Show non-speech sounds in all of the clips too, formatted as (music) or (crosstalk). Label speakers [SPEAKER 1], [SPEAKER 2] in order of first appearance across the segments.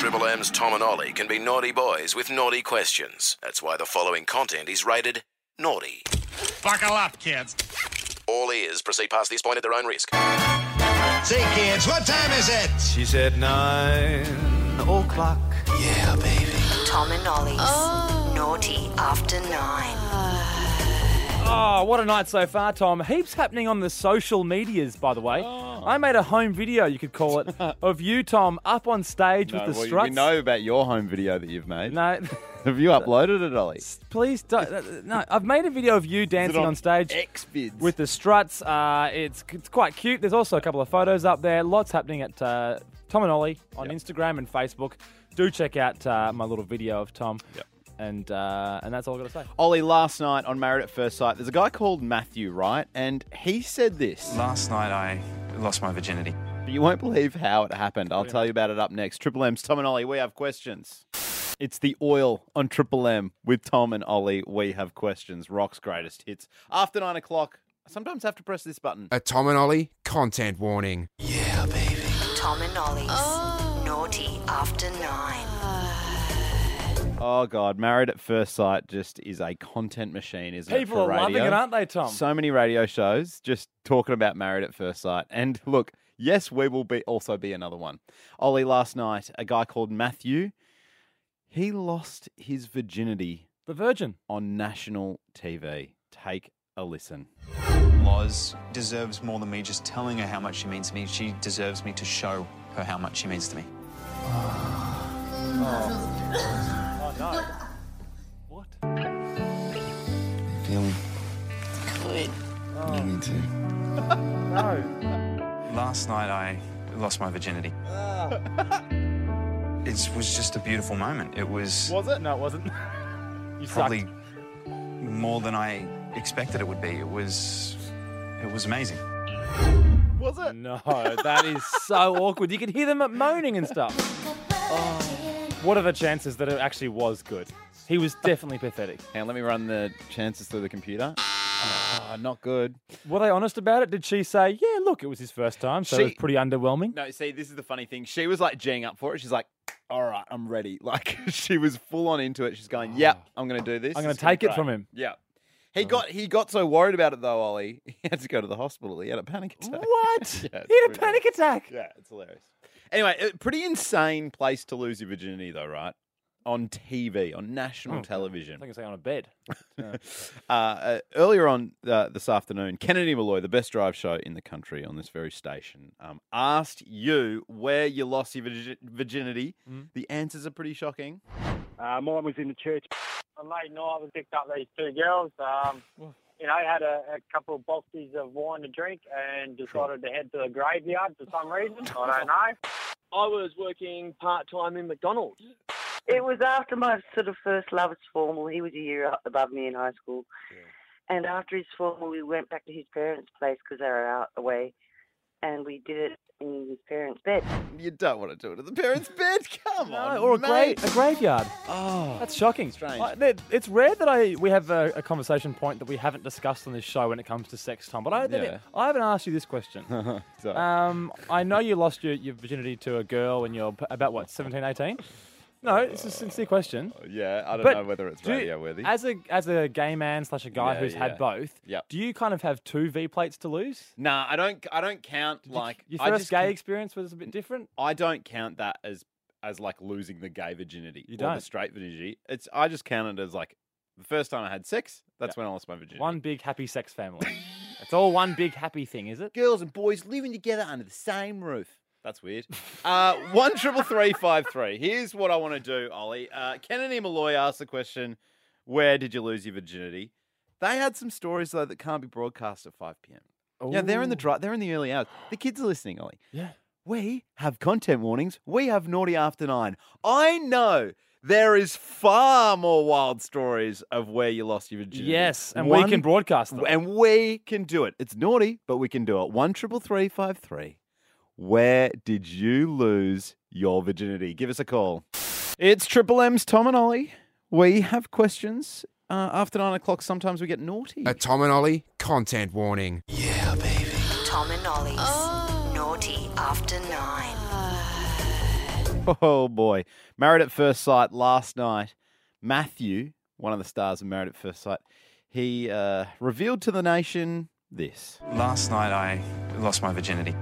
[SPEAKER 1] Triple M's Tom and Ollie can be naughty boys with naughty questions. That's why the following content is rated naughty.
[SPEAKER 2] Buckle up, kids.
[SPEAKER 1] All ears proceed past this point at their own risk.
[SPEAKER 3] See, kids, what time is it?
[SPEAKER 4] She said nine o'clock.
[SPEAKER 5] Tom and Ollie's Naughty After Nine.
[SPEAKER 6] Oh, what a night so far, Tom. Heaps happening on the social medias, by the way.
[SPEAKER 4] Oh.
[SPEAKER 6] I made a home video, you could call
[SPEAKER 4] (laughs)
[SPEAKER 6] it, of you, Tom, up on stage
[SPEAKER 4] No,
[SPEAKER 6] with the
[SPEAKER 4] well,
[SPEAKER 6] struts.
[SPEAKER 4] we know about your home video that you've made. (laughs)
[SPEAKER 6] No, (laughs)
[SPEAKER 4] Have you uploaded it, Ollie?
[SPEAKER 6] please don't. uh, No, I've made a video of you dancing on, stage
[SPEAKER 4] Xbids.
[SPEAKER 6] with the struts. Uh, it's, it's quite cute. There's also a couple of photos up there. Lots happening at uh, Tom and Ollie on Instagram and Facebook. Do check out uh, my little video of Tom.
[SPEAKER 4] Yep.
[SPEAKER 6] And, uh, and that's all I've got to say.
[SPEAKER 4] Ollie last night on Married at First Sight. There's a guy called Matthew, right? And he said this.
[SPEAKER 7] Last night I lost my virginity.
[SPEAKER 4] You won't believe how it happened. I'll tell you about it up next. Triple M's Tom and Ollie. We have questions. It's the oil on Triple M with Tom and Ollie. We have questions. Rock's greatest hits. After nine o'clock, I sometimes have to press this button.
[SPEAKER 8] A Tom and Ollie content warning.
[SPEAKER 5] Tom and Ollie's Naughty After Nine.
[SPEAKER 4] Oh God, Married at First Sight just is a content machine, isn't it?
[SPEAKER 6] People
[SPEAKER 4] for
[SPEAKER 6] are loving
[SPEAKER 4] radio?
[SPEAKER 6] it, aren't they, Tom?
[SPEAKER 4] So many radio shows just talking about Married at First Sight. And look, yes, we will be also be another one. Ollie, last night, a guy called Matthew, he lost his virginity
[SPEAKER 6] the Virgin.
[SPEAKER 4] on national TV. Take a listen.
[SPEAKER 7] Loz deserves more than me just telling her how much she means to me. She deserves me to show her how much she means to me.
[SPEAKER 6] What?
[SPEAKER 9] Feeling good. Me too.
[SPEAKER 7] Last night I lost my virginity.
[SPEAKER 4] Ah.
[SPEAKER 7] it was just a beautiful moment. It was
[SPEAKER 4] Was it? No, it wasn't. (laughs) you
[SPEAKER 7] probably more than I expected it would be. It was it was amazing.
[SPEAKER 4] Was it?
[SPEAKER 6] No, Oh, that is so awkward. You could hear them moaning and stuff. Oh, What are the chances that it actually was good? He was definitely pathetic.
[SPEAKER 4] And let me run the chances through the computer. Ah, not good.
[SPEAKER 6] Were they honest about it? Did she say, yeah, look, it was his first time, so it was
[SPEAKER 4] She-
[SPEAKER 6] pretty underwhelming?
[SPEAKER 4] No, see, this is the funny thing. She was like geeing up for it. She's like, all right, I'm ready. (laughs) Like, she was full on into it. She's going, yep, I'm going to do this.
[SPEAKER 6] Oh. I'm gonna
[SPEAKER 4] It's gonna
[SPEAKER 6] take
[SPEAKER 4] be
[SPEAKER 6] it from
[SPEAKER 4] great."
[SPEAKER 6] him. Oh.
[SPEAKER 4] Yeah. He got he got so worried about it though, Ollie. (laughs) He had to go to the hospital. He had a panic attack. (laughs) Yeah,
[SPEAKER 6] What?
[SPEAKER 4] it's
[SPEAKER 6] he had a
[SPEAKER 4] pretty-
[SPEAKER 6] panic attack.
[SPEAKER 4] Yeah, it's hilarious. Anyway, a pretty insane place to lose your virginity though, right? On TV, on
[SPEAKER 6] Oh,
[SPEAKER 4] national television.
[SPEAKER 6] I think it's like on a bed.
[SPEAKER 4] (laughs) Uh, uh, earlier on uh, this afternoon, Kennedy Malloy, the best drive show in the country on this very station, um, asked you where you lost your virgi- virginity.
[SPEAKER 6] Mm.
[SPEAKER 4] The answers are pretty shocking.
[SPEAKER 10] Uh, mine was in the church. A late night, I picked up these two girls. Um, you know, had a, a couple of boxes of wine to drink and decided to head to the graveyard for some reason. I (laughs) don't know.
[SPEAKER 11] I was working part time in McDonald's.
[SPEAKER 9] It was after my sort of first love at formal. He was a year up above me in high school. And after his formal, we went back to his parents' place because they were out away. And we did it in his parents' bed.
[SPEAKER 4] You don't want to do it at the
[SPEAKER 6] (laughs)
[SPEAKER 4] parents' bed. Come on,
[SPEAKER 6] No, or a, gra-
[SPEAKER 4] mate.
[SPEAKER 6] a graveyard.
[SPEAKER 4] Oh,
[SPEAKER 6] That's shocking.
[SPEAKER 4] Strange.
[SPEAKER 6] I- that- it's rare that I we have a, a conversation point that we haven't discussed on this show when it comes to sex, Tom. But I,
[SPEAKER 4] Yeah.
[SPEAKER 6] I haven't asked you
[SPEAKER 4] (laughs)
[SPEAKER 6] this question.
[SPEAKER 4] So-
[SPEAKER 6] Um, I know you lost your, your virginity to a girl when you're p- about what 17, 18? No, it's a sincere question.
[SPEAKER 4] yeah, I don't
[SPEAKER 6] but
[SPEAKER 4] know whether it's
[SPEAKER 6] do you-
[SPEAKER 4] radio worthy.
[SPEAKER 6] As a as a gay man slash a guy
[SPEAKER 4] Yeah,
[SPEAKER 6] who's
[SPEAKER 4] yeah.
[SPEAKER 6] had both,
[SPEAKER 4] Yep.
[SPEAKER 6] do you kind of have two V plates to lose?
[SPEAKER 4] nah, I don't. I don't count like
[SPEAKER 6] Your
[SPEAKER 4] I
[SPEAKER 6] first
[SPEAKER 4] just
[SPEAKER 6] gay
[SPEAKER 4] con-
[SPEAKER 6] experience was a bit different.
[SPEAKER 4] I don't count that as as like losing the gay virginity
[SPEAKER 6] You
[SPEAKER 4] or the
[SPEAKER 6] don't?
[SPEAKER 4] straight virginity. It's I just count it as like the first time I had sex. That's when I lost my virginity.
[SPEAKER 6] One big happy sex family. it's all one big happy thing, is it?
[SPEAKER 4] girls and boys living together under the same roof. That's weird. Uh, one triple three five three. Here's what I want to do, Ollie. Uh, Kennedy Malloy asked the question, "Where did you lose your virginity?" They had some stories though that can't be broadcast at five p.m. Yeah, they're in the
[SPEAKER 6] Ooh.
[SPEAKER 4] dri- they're in the early hours. The kids are listening, Ollie.
[SPEAKER 6] Yeah.
[SPEAKER 4] We have content warnings. We have naughty after nine. I know there is far more wild stories of where you lost your virginity.
[SPEAKER 6] Yes, and
[SPEAKER 4] One
[SPEAKER 6] we can broadcast them.
[SPEAKER 4] and we can do it. It's naughty, but we can do it. One triple three five three. Where did you lose your virginity? Give us a call. It's Triple M's Tom and Ollie. We have questions. Uh, after nine o'clock, sometimes we get naughty.
[SPEAKER 8] A Tom and Ollie content warning.
[SPEAKER 5] Tom and Ollie's Naughty After Nine.
[SPEAKER 4] (laughs) Oh boy. Married at First Sight last night. Matthew, one of the stars of Married at First Sight, he uh, revealed to the nation this.
[SPEAKER 7] Last night I lost my virginity.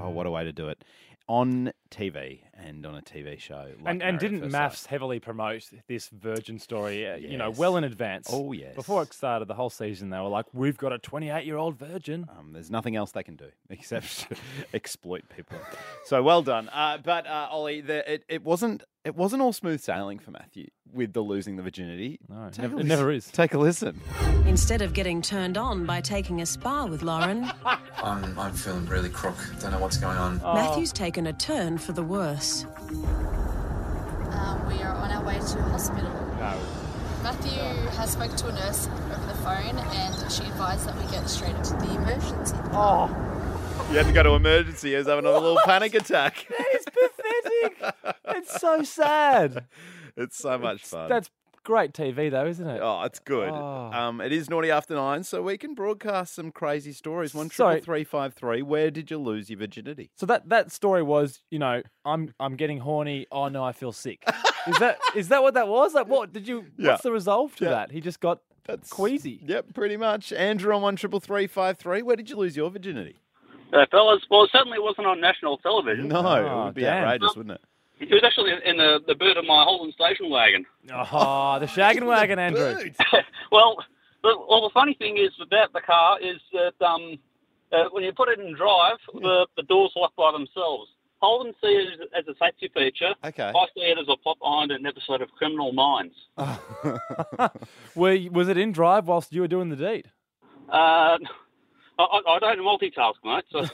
[SPEAKER 4] Oh, what a way to do it. On TV and on a TV show. like
[SPEAKER 6] and
[SPEAKER 4] Married
[SPEAKER 6] and
[SPEAKER 4] at
[SPEAKER 6] didn't
[SPEAKER 4] First
[SPEAKER 6] maths heavily promote this virgin story? uh, You know,
[SPEAKER 4] Yes.
[SPEAKER 6] well in advance.
[SPEAKER 4] Oh, yes.
[SPEAKER 6] Before it started, the whole season they were like, "We've got a 28 year
[SPEAKER 4] (laughs)
[SPEAKER 6] old virgin."
[SPEAKER 4] Um, there's nothing else they can do (laughs) except exploit people. So well done. Uh, but uh, Ollie, the, it, it wasn't it wasn't all smooth sailing for Matthew with the losing the virginity. No,
[SPEAKER 6] nev- it never
[SPEAKER 4] is. Take a listen.
[SPEAKER 12] Instead of getting turned on by taking a spa with
[SPEAKER 10] (laughs)
[SPEAKER 12] Lauren,
[SPEAKER 13] I'm, I'm feeling really crook. Don't know what's going on.
[SPEAKER 6] Oh,
[SPEAKER 12] Matthew's taken a turn for the worse.
[SPEAKER 14] Um, we are on our way to hospital. Matthew has spoken to a nurse over the phone and she advised that we get straight to the emergency. Oh.
[SPEAKER 4] You had to go to emergency. He was having a little panic attack. (laughs) That
[SPEAKER 6] is pathetic.
[SPEAKER 4] (laughs)
[SPEAKER 6] it's so sad.
[SPEAKER 4] It's so much fun.
[SPEAKER 6] That's great TV though, isn't it?
[SPEAKER 4] Oh, it's good. Um, it is naughty after nine, so we can broadcast some crazy stories. One
[SPEAKER 6] Sorry.
[SPEAKER 4] triple three five three. Where did you lose your virginity?
[SPEAKER 6] So that that story was, you know, I'm I'm getting horny. Oh no, I feel sick.
[SPEAKER 4] (laughs)
[SPEAKER 6] is that is that what that was? Like, what did you?
[SPEAKER 4] Yeah.
[SPEAKER 6] What's the resolve to
[SPEAKER 4] Yeah.
[SPEAKER 6] that? He just got queasy.
[SPEAKER 4] Yep, pretty much. Andrew on one triple three five three. Where did you lose your virginity?
[SPEAKER 15] Uh, fellas, well, it certainly wasn't on national television.
[SPEAKER 4] No, it would be outrageous, wouldn't it?
[SPEAKER 15] It was actually in the, the boot of my Holden station wagon.
[SPEAKER 6] Oh, the shagging
[SPEAKER 4] (laughs)
[SPEAKER 6] wagon, Andrew.
[SPEAKER 15] well, the, well, the funny thing is about the car is that um, uh, when you put it in drive, the, the doors lock by themselves. Holden see it as, as a safety feature.
[SPEAKER 4] Okay.
[SPEAKER 15] I see it as a pop iron an episode of Criminal Minds.
[SPEAKER 6] Were you- was it in drive whilst you were doing the deed?
[SPEAKER 15] Uh, I, I I don't multitask, mate. So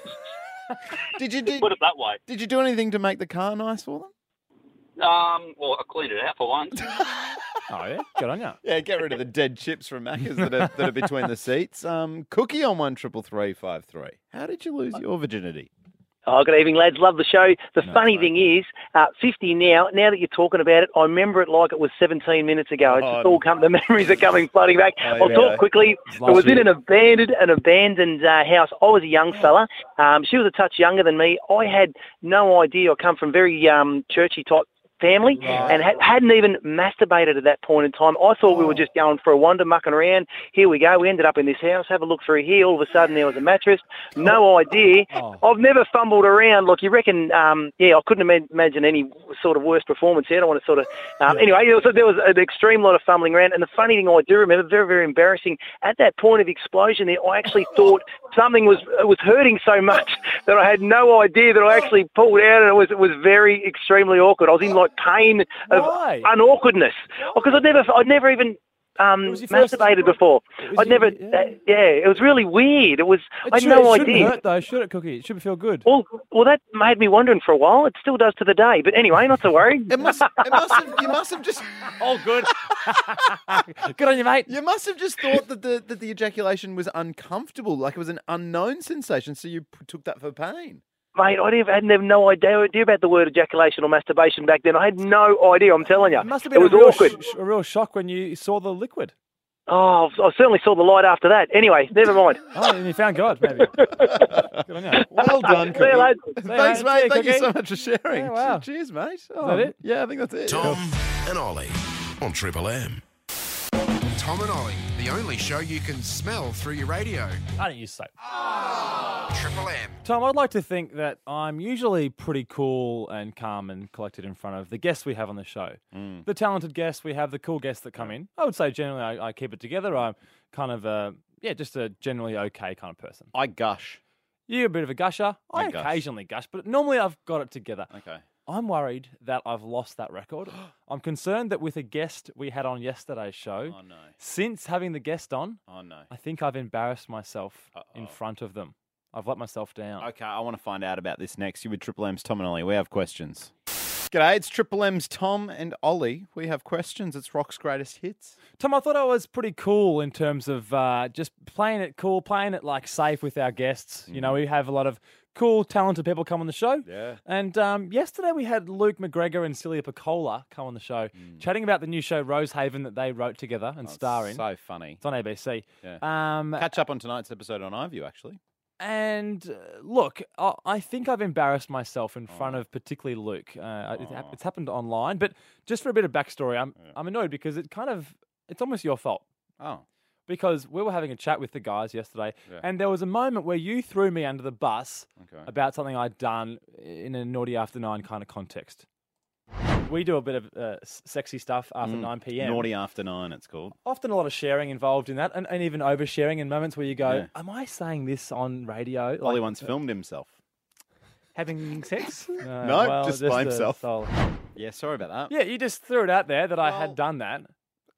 [SPEAKER 15] (laughs)
[SPEAKER 4] (laughs) did you do,
[SPEAKER 15] put it that way?
[SPEAKER 4] Did you do anything to make the car nice for them?
[SPEAKER 15] Um, well, I cleaned it out for once.
[SPEAKER 6] Oh yeah, good on you.
[SPEAKER 4] Yeah, get rid of the dead chips from Macca's that are, that are between the seats. Um, Cookie on one triple three five three. How did you lose your virginity?
[SPEAKER 16] Oh, good evening, lads. Love the show. The funny thing is, uh, 50 now, now that you're talking about it, I remember it like it was 17 minutes ago. It's just all come, the (laughs) memories are coming flooding back.
[SPEAKER 17] Oh,
[SPEAKER 16] I'll
[SPEAKER 17] yeah.
[SPEAKER 16] talk quickly.
[SPEAKER 17] It's
[SPEAKER 16] It
[SPEAKER 17] last
[SPEAKER 16] was in
[SPEAKER 17] year.
[SPEAKER 16] an abandoned, an abandoned uh, house. I was a young fella. Um, she was a touch younger than me. I had no idea. I come from very um, churchy type family
[SPEAKER 17] Right.
[SPEAKER 16] and ha- hadn't even masturbated at that point in time. I thought we
[SPEAKER 17] Oh.
[SPEAKER 16] were just going for a wander, mucking around. Here we go. We ended up in this house. Have a look through here. All of a sudden there was a mattress.
[SPEAKER 17] Oh.
[SPEAKER 16] No idea. I've never fumbled around. Look, you reckon? Um, yeah, I couldn't ima- imagine any sort of worse performance here. I don't want to sort of. Um, Anyway, there was, there was an extreme lot of fumbling around. And the funny thing I do remember, very very embarrassing. At that point of explosion, there, I actually thought something was it was hurting so much (laughs) that I had no idea that I actually pulled out, and it was it was very extremely awkward. I was in like pain of
[SPEAKER 17] Why?
[SPEAKER 16] unawkwardness because I'd never I'd never even. Um,
[SPEAKER 17] your first-
[SPEAKER 16] masturbated before. I'd never, yeah. yeah, it was really weird. It was, I
[SPEAKER 6] It
[SPEAKER 16] had
[SPEAKER 6] should-
[SPEAKER 16] no
[SPEAKER 6] it shouldn't
[SPEAKER 16] idea.
[SPEAKER 6] hurt though, should it, Cookie? It should feel good.
[SPEAKER 16] Well, well, that made me wondering for a while. It still does to the day. But anyway, not to worry.
[SPEAKER 4] It must, it must have, you must have just.
[SPEAKER 6] All good. (laughs) good on you, mate.
[SPEAKER 4] You must have just thought that the that the ejaculation was uncomfortable, like it was an unknown sensation. So you p- took that for pain.
[SPEAKER 16] (laughs) Mate, I didn't- had never no idea, idea about the word ejaculation or masturbation back then. I had no idea. I'm telling you, it,
[SPEAKER 6] Must have been
[SPEAKER 16] was
[SPEAKER 6] a, real
[SPEAKER 16] awkward.
[SPEAKER 6] sh- a real shock when you saw the liquid.
[SPEAKER 16] Oh, I certainly saw the light after that. Anyway, never mind.
[SPEAKER 6] Oh, and you found God, maybe.
[SPEAKER 16] (laughs)
[SPEAKER 6] Good on you.
[SPEAKER 4] Well done,
[SPEAKER 16] See you, lads.
[SPEAKER 4] Cookie.
[SPEAKER 16] See you,
[SPEAKER 4] Thanks,
[SPEAKER 16] mate.
[SPEAKER 4] mate.
[SPEAKER 16] See you,
[SPEAKER 4] Thank you
[SPEAKER 16] Cookie.
[SPEAKER 4] so much for sharing.
[SPEAKER 16] Yeah, wow.
[SPEAKER 4] Cheers, mate. Oh,
[SPEAKER 1] that it?
[SPEAKER 4] Yeah, I think that's it.
[SPEAKER 1] Tom and Ollie on Triple M.
[SPEAKER 8] Tom and Ollie, the only show you can smell through your radio.
[SPEAKER 6] I don't use soap.
[SPEAKER 8] Triple M.
[SPEAKER 6] Tom, I'd like to think that I'm usually pretty cool and calm and collected in front of the guests we have on the show. The talented guests we have, the cool guests that come in. I would say generally I, I keep it together. I'm kind of a, yeah, just a generally okay kind of person.
[SPEAKER 4] I gush.
[SPEAKER 6] You're a bit of a gusher. I,
[SPEAKER 4] I gush.
[SPEAKER 6] occasionally gush, but normally I've got it together.
[SPEAKER 4] Okay.
[SPEAKER 6] I'm worried that I've lost
[SPEAKER 4] (gasps)
[SPEAKER 6] that record. I'm concerned that with a guest we had on yesterday's show, oh, no. since having the guest on,
[SPEAKER 4] Oh no.
[SPEAKER 6] I think I've embarrassed myself in front of them. I've let myself down.
[SPEAKER 4] Oh. Okay, I want to find out about this next. You with Triple M's Tom and Ollie. We have questions. G'day, it's Triple M's Tom and Ollie. We have questions. It's rock's greatest hits.
[SPEAKER 6] Tom, I thought I was pretty cool in terms of uh, just playing it cool, playing it like safe with our guests. You know, we have a lot of cool, talented people come on the show.
[SPEAKER 4] Mm-hmm. Yeah.
[SPEAKER 6] And um, yesterday we had Luke McGregor and Celia Piccola come on the show,
[SPEAKER 4] Mm.
[SPEAKER 6] chatting about the new show Rosehaven that they wrote together and star in.
[SPEAKER 4] Oh, So funny.
[SPEAKER 6] It's on ABC.
[SPEAKER 4] Yeah.
[SPEAKER 6] Um,
[SPEAKER 4] Catch up on tonight's episode on iView, actually.
[SPEAKER 6] And uh, look, I, I think I've embarrassed myself in
[SPEAKER 4] Oh.
[SPEAKER 6] front of particularly Luke. Uh, I- it hap- it's happened online, but just for a bit of backstory, I'm I'm annoyed because it kind of it's almost your fault.
[SPEAKER 4] Oh.
[SPEAKER 6] Because we were having a chat with the guys yesterday,
[SPEAKER 4] Yeah.
[SPEAKER 6] and there was a moment where you threw me under the bus
[SPEAKER 4] Okay.
[SPEAKER 6] about something I'd done in a naughty after nine kind of context. We do a bit of uh, s- sexy stuff after
[SPEAKER 4] Mm.
[SPEAKER 6] 9 p.m.
[SPEAKER 4] Naughty after nine, it's called.
[SPEAKER 6] Often a lot of sharing involved in that, and, and even oversharing in moments where you go,
[SPEAKER 4] Yeah.
[SPEAKER 6] "Am I saying this on radio?" Like,
[SPEAKER 4] Ollie once
[SPEAKER 6] uh,
[SPEAKER 4] filmed himself. (laughs)
[SPEAKER 6] having sex.
[SPEAKER 4] No, just by himself. Yeah, (laughs) sorry about that.
[SPEAKER 6] Yeah, you just threw it out there that I had done that.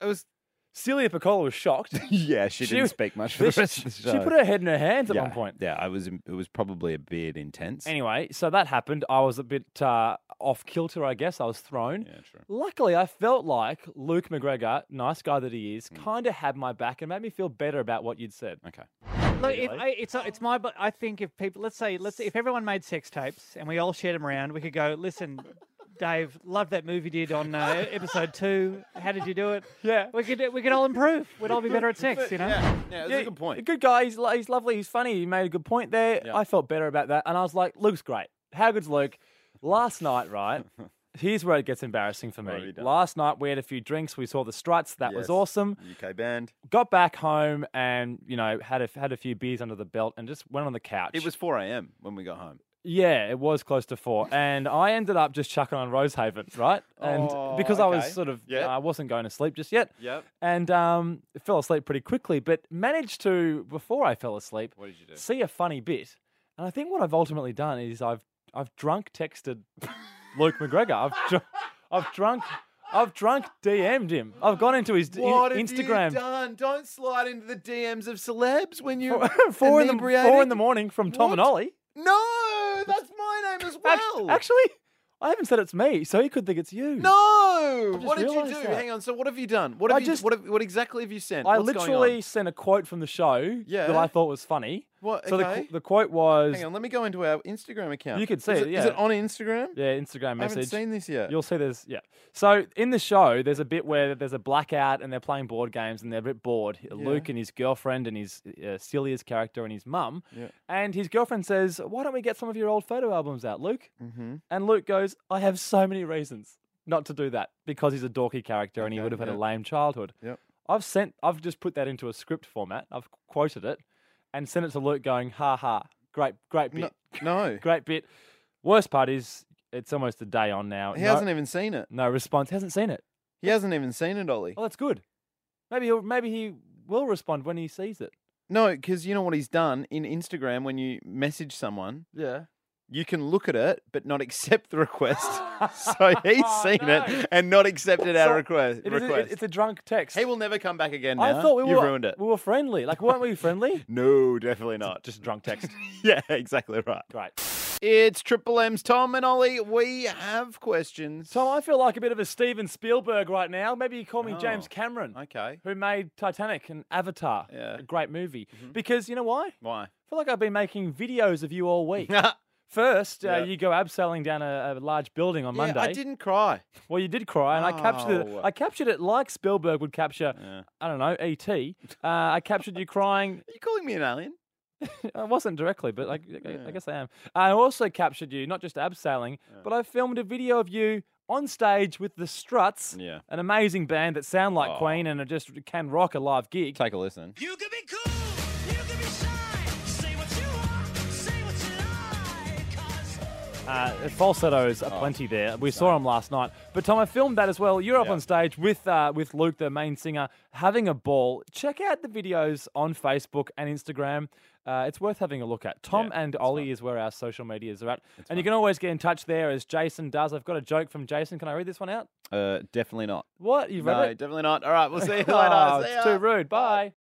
[SPEAKER 4] It was
[SPEAKER 6] Celia Piccola was shocked.
[SPEAKER 4] Yeah, (laughs) she, didn't speak much for the rest of the show.
[SPEAKER 6] She put her head in her hands at
[SPEAKER 4] yeah,
[SPEAKER 6] one point.
[SPEAKER 4] Yeah, I was. It was probably a bit intense.
[SPEAKER 6] Anyway, so that happened. I was a bit uh, off kilter, I guess. I was thrown. Yeah,
[SPEAKER 4] true.
[SPEAKER 6] Luckily, I felt like Luke McGregor, nice guy that he is, kind of had my back and made me feel better about what you'd said.
[SPEAKER 4] Hmm. Okay.
[SPEAKER 17] Look, if I, it's uh, it's my. bu- I think if people, let's say, let's if everyone made sex tapes and we all shared them around, we could go. Listen, Dave, loved that movie you did on uh, episode two. How did you do it?
[SPEAKER 6] Yeah,
[SPEAKER 17] we could we could all improve. We'd all be better at sex, you know.
[SPEAKER 6] Yeah, A good guy. He's, lo- he's lovely. He's funny. He made a good point there. I felt better about that. And I was like, Luke's great. How good's Luke? Last
[SPEAKER 4] (laughs)
[SPEAKER 6] night, right? Here's where it gets embarrassing for me. Last night, we had a few drinks. We saw the struts. That was
[SPEAKER 4] Yes.
[SPEAKER 6] awesome.
[SPEAKER 4] UK band.
[SPEAKER 6] Got back home and, you know, had a, had a few beers under the belt and just went on the couch.
[SPEAKER 4] It was 4 a.m. when we got home.
[SPEAKER 6] Yeah, it was close to four, and I ended up just chucking on Rosehaven, right? And
[SPEAKER 4] Oh,
[SPEAKER 6] because I
[SPEAKER 4] okay.
[SPEAKER 6] was sort of, uh,
[SPEAKER 4] Yep.
[SPEAKER 6] I wasn't going to sleep just yet.
[SPEAKER 4] Yep.
[SPEAKER 6] And um, fell asleep pretty quickly, but managed to before I fell asleep. What did you do? See a funny bit, and I think what I've ultimately done is I've I've drunk
[SPEAKER 4] (laughs)
[SPEAKER 6] texted Luke McGregor. I've dr- I've drunk. I've drunk DM'd him. I've gone into his d-
[SPEAKER 4] What have you
[SPEAKER 6] Instagram.
[SPEAKER 4] done? Don't slide into the DMs of celebs when you
[SPEAKER 6] four (laughs) in the four in
[SPEAKER 4] inebriated.
[SPEAKER 6] the morning from Tom and
[SPEAKER 4] What?
[SPEAKER 6] Ollie.
[SPEAKER 4] No, that's my name as
[SPEAKER 6] Act-
[SPEAKER 4] well.
[SPEAKER 6] Actually, I haven't said it's me, so he could think it's you.
[SPEAKER 4] no.
[SPEAKER 6] just
[SPEAKER 4] What did you do?
[SPEAKER 6] realised that.
[SPEAKER 4] Hang on. So what have you done? What have
[SPEAKER 6] I
[SPEAKER 4] you?
[SPEAKER 6] just-
[SPEAKER 4] what, have, what exactly have you sent?
[SPEAKER 6] I
[SPEAKER 4] What's going on?
[SPEAKER 6] literally sent a quote from the show that
[SPEAKER 4] Yeah.
[SPEAKER 6] I thought was funny.
[SPEAKER 4] What?
[SPEAKER 6] So the,
[SPEAKER 4] Okay.
[SPEAKER 6] qu- the quote was.
[SPEAKER 4] Hang on. Let me go into our Instagram account.
[SPEAKER 6] You could see
[SPEAKER 4] Is
[SPEAKER 6] it,
[SPEAKER 4] Is
[SPEAKER 6] yeah.
[SPEAKER 4] it on Instagram?
[SPEAKER 6] Yeah, Instagram
[SPEAKER 4] I haven't
[SPEAKER 6] message.
[SPEAKER 4] seen this yet.
[SPEAKER 6] You'll see there's yeah. So in the show, there's a bit where there's a blackout and they're playing board games and they're a bit bored. Luke and his girlfriend and his uh, Celia's character and his mum.
[SPEAKER 4] Yeah.
[SPEAKER 6] And his girlfriend says, "Why don't we get some of your old photo albums out, Luke?"
[SPEAKER 4] Mm-hmm.
[SPEAKER 6] And Luke goes, "I have so many reasons not to do that because he's a dorky character and he would have had
[SPEAKER 4] yeah.
[SPEAKER 6] a lame childhood."
[SPEAKER 4] Yep.
[SPEAKER 6] I've sent. I've just put that into a script format. I've quoted it and sent it to Luke, going, "Ha ha, great, great bit, (laughs)
[SPEAKER 4] no,
[SPEAKER 6] great bit." Worst part is it's almost a day on now.
[SPEAKER 4] He
[SPEAKER 6] No-
[SPEAKER 4] hasn't even seen
[SPEAKER 6] (laughs)
[SPEAKER 4] it.
[SPEAKER 6] No response. Hasn't seen it.
[SPEAKER 4] He hasn't even seen it, Ollie.
[SPEAKER 6] Well, that's good. Maybe he'll, maybe he will respond when he sees it.
[SPEAKER 4] No, because you know what he's done in Instagram when you message someone,
[SPEAKER 6] Yeah.
[SPEAKER 4] you can look at it but not (laughs) accept the
[SPEAKER 6] (laughs)
[SPEAKER 4] request. so he's seen it and not accepted our
[SPEAKER 6] Oh, So
[SPEAKER 4] request.
[SPEAKER 6] it is a-
[SPEAKER 4] request.
[SPEAKER 6] it's a drunk text.
[SPEAKER 4] He will never come back again. Now.
[SPEAKER 6] I thought we
[SPEAKER 4] you
[SPEAKER 6] were
[SPEAKER 4] ruined it.
[SPEAKER 6] we were friendly. Like weren't
[SPEAKER 4] (laughs)
[SPEAKER 6] we friendly?
[SPEAKER 4] No, definitely not.
[SPEAKER 6] Just drunk text.
[SPEAKER 4] (laughs) yeah, exactly right.
[SPEAKER 6] Great.
[SPEAKER 4] It's Triple M's Tom and Ollie. We have questions.
[SPEAKER 6] Tom, I feel like a bit of a Steven Spielberg right now. Maybe you call me James
[SPEAKER 4] Oh,
[SPEAKER 6] Cameron.
[SPEAKER 4] Okay.
[SPEAKER 6] Who made Titanic and Avatar? Yeah. A great movie.
[SPEAKER 4] Mm-hmm.
[SPEAKER 6] Because you know why?
[SPEAKER 4] Why?
[SPEAKER 6] (laughs) I feel like I've been making videos of you all
[SPEAKER 4] (laughs)
[SPEAKER 6] week. First, uh,
[SPEAKER 4] Yeah.
[SPEAKER 6] you go abseiling down a, a large building on
[SPEAKER 4] Yeah,
[SPEAKER 6] Monday.
[SPEAKER 4] I didn't cry.
[SPEAKER 6] Well, you did cry, and I captured
[SPEAKER 4] No.
[SPEAKER 6] it. I captured it like Spielberg would capture. I don't know, ET. Uh, I captured you crying. (laughs) Are
[SPEAKER 4] you calling me an alien?
[SPEAKER 6] I wasn't directly, but I, I- I guess I am. I also captured you, not just abseiling, but I filmed a video of you on stage with the Struts,
[SPEAKER 4] Yeah.
[SPEAKER 6] an amazing band that sound like Queen and are just can rock a live gig.
[SPEAKER 4] Take a listen.
[SPEAKER 2] You can be cool. You can be shy. Say what you want. Say what you like. 'Cause
[SPEAKER 6] Uh, falsettos
[SPEAKER 4] Oh.
[SPEAKER 6] are plenty there. We saw him last night. But Tom, I filmed that as well. You're up on stage with uh, with Luke, the main singer, having a ball. Check out the videos on Facebook and Instagram. Uh, it's worth having a look at. Tom and Ollie is where our social medias are at. and you can always get in touch there as Jason does. I've got a joke from Jason. Can I read this one out?
[SPEAKER 4] Uh, definitely not.
[SPEAKER 6] What? You've read
[SPEAKER 4] no,
[SPEAKER 6] it?
[SPEAKER 4] definitely not. All right, we'll (laughs) see you later.
[SPEAKER 6] (laughs) Oh,
[SPEAKER 4] See
[SPEAKER 6] it's
[SPEAKER 4] ya.
[SPEAKER 6] too rude. Bye.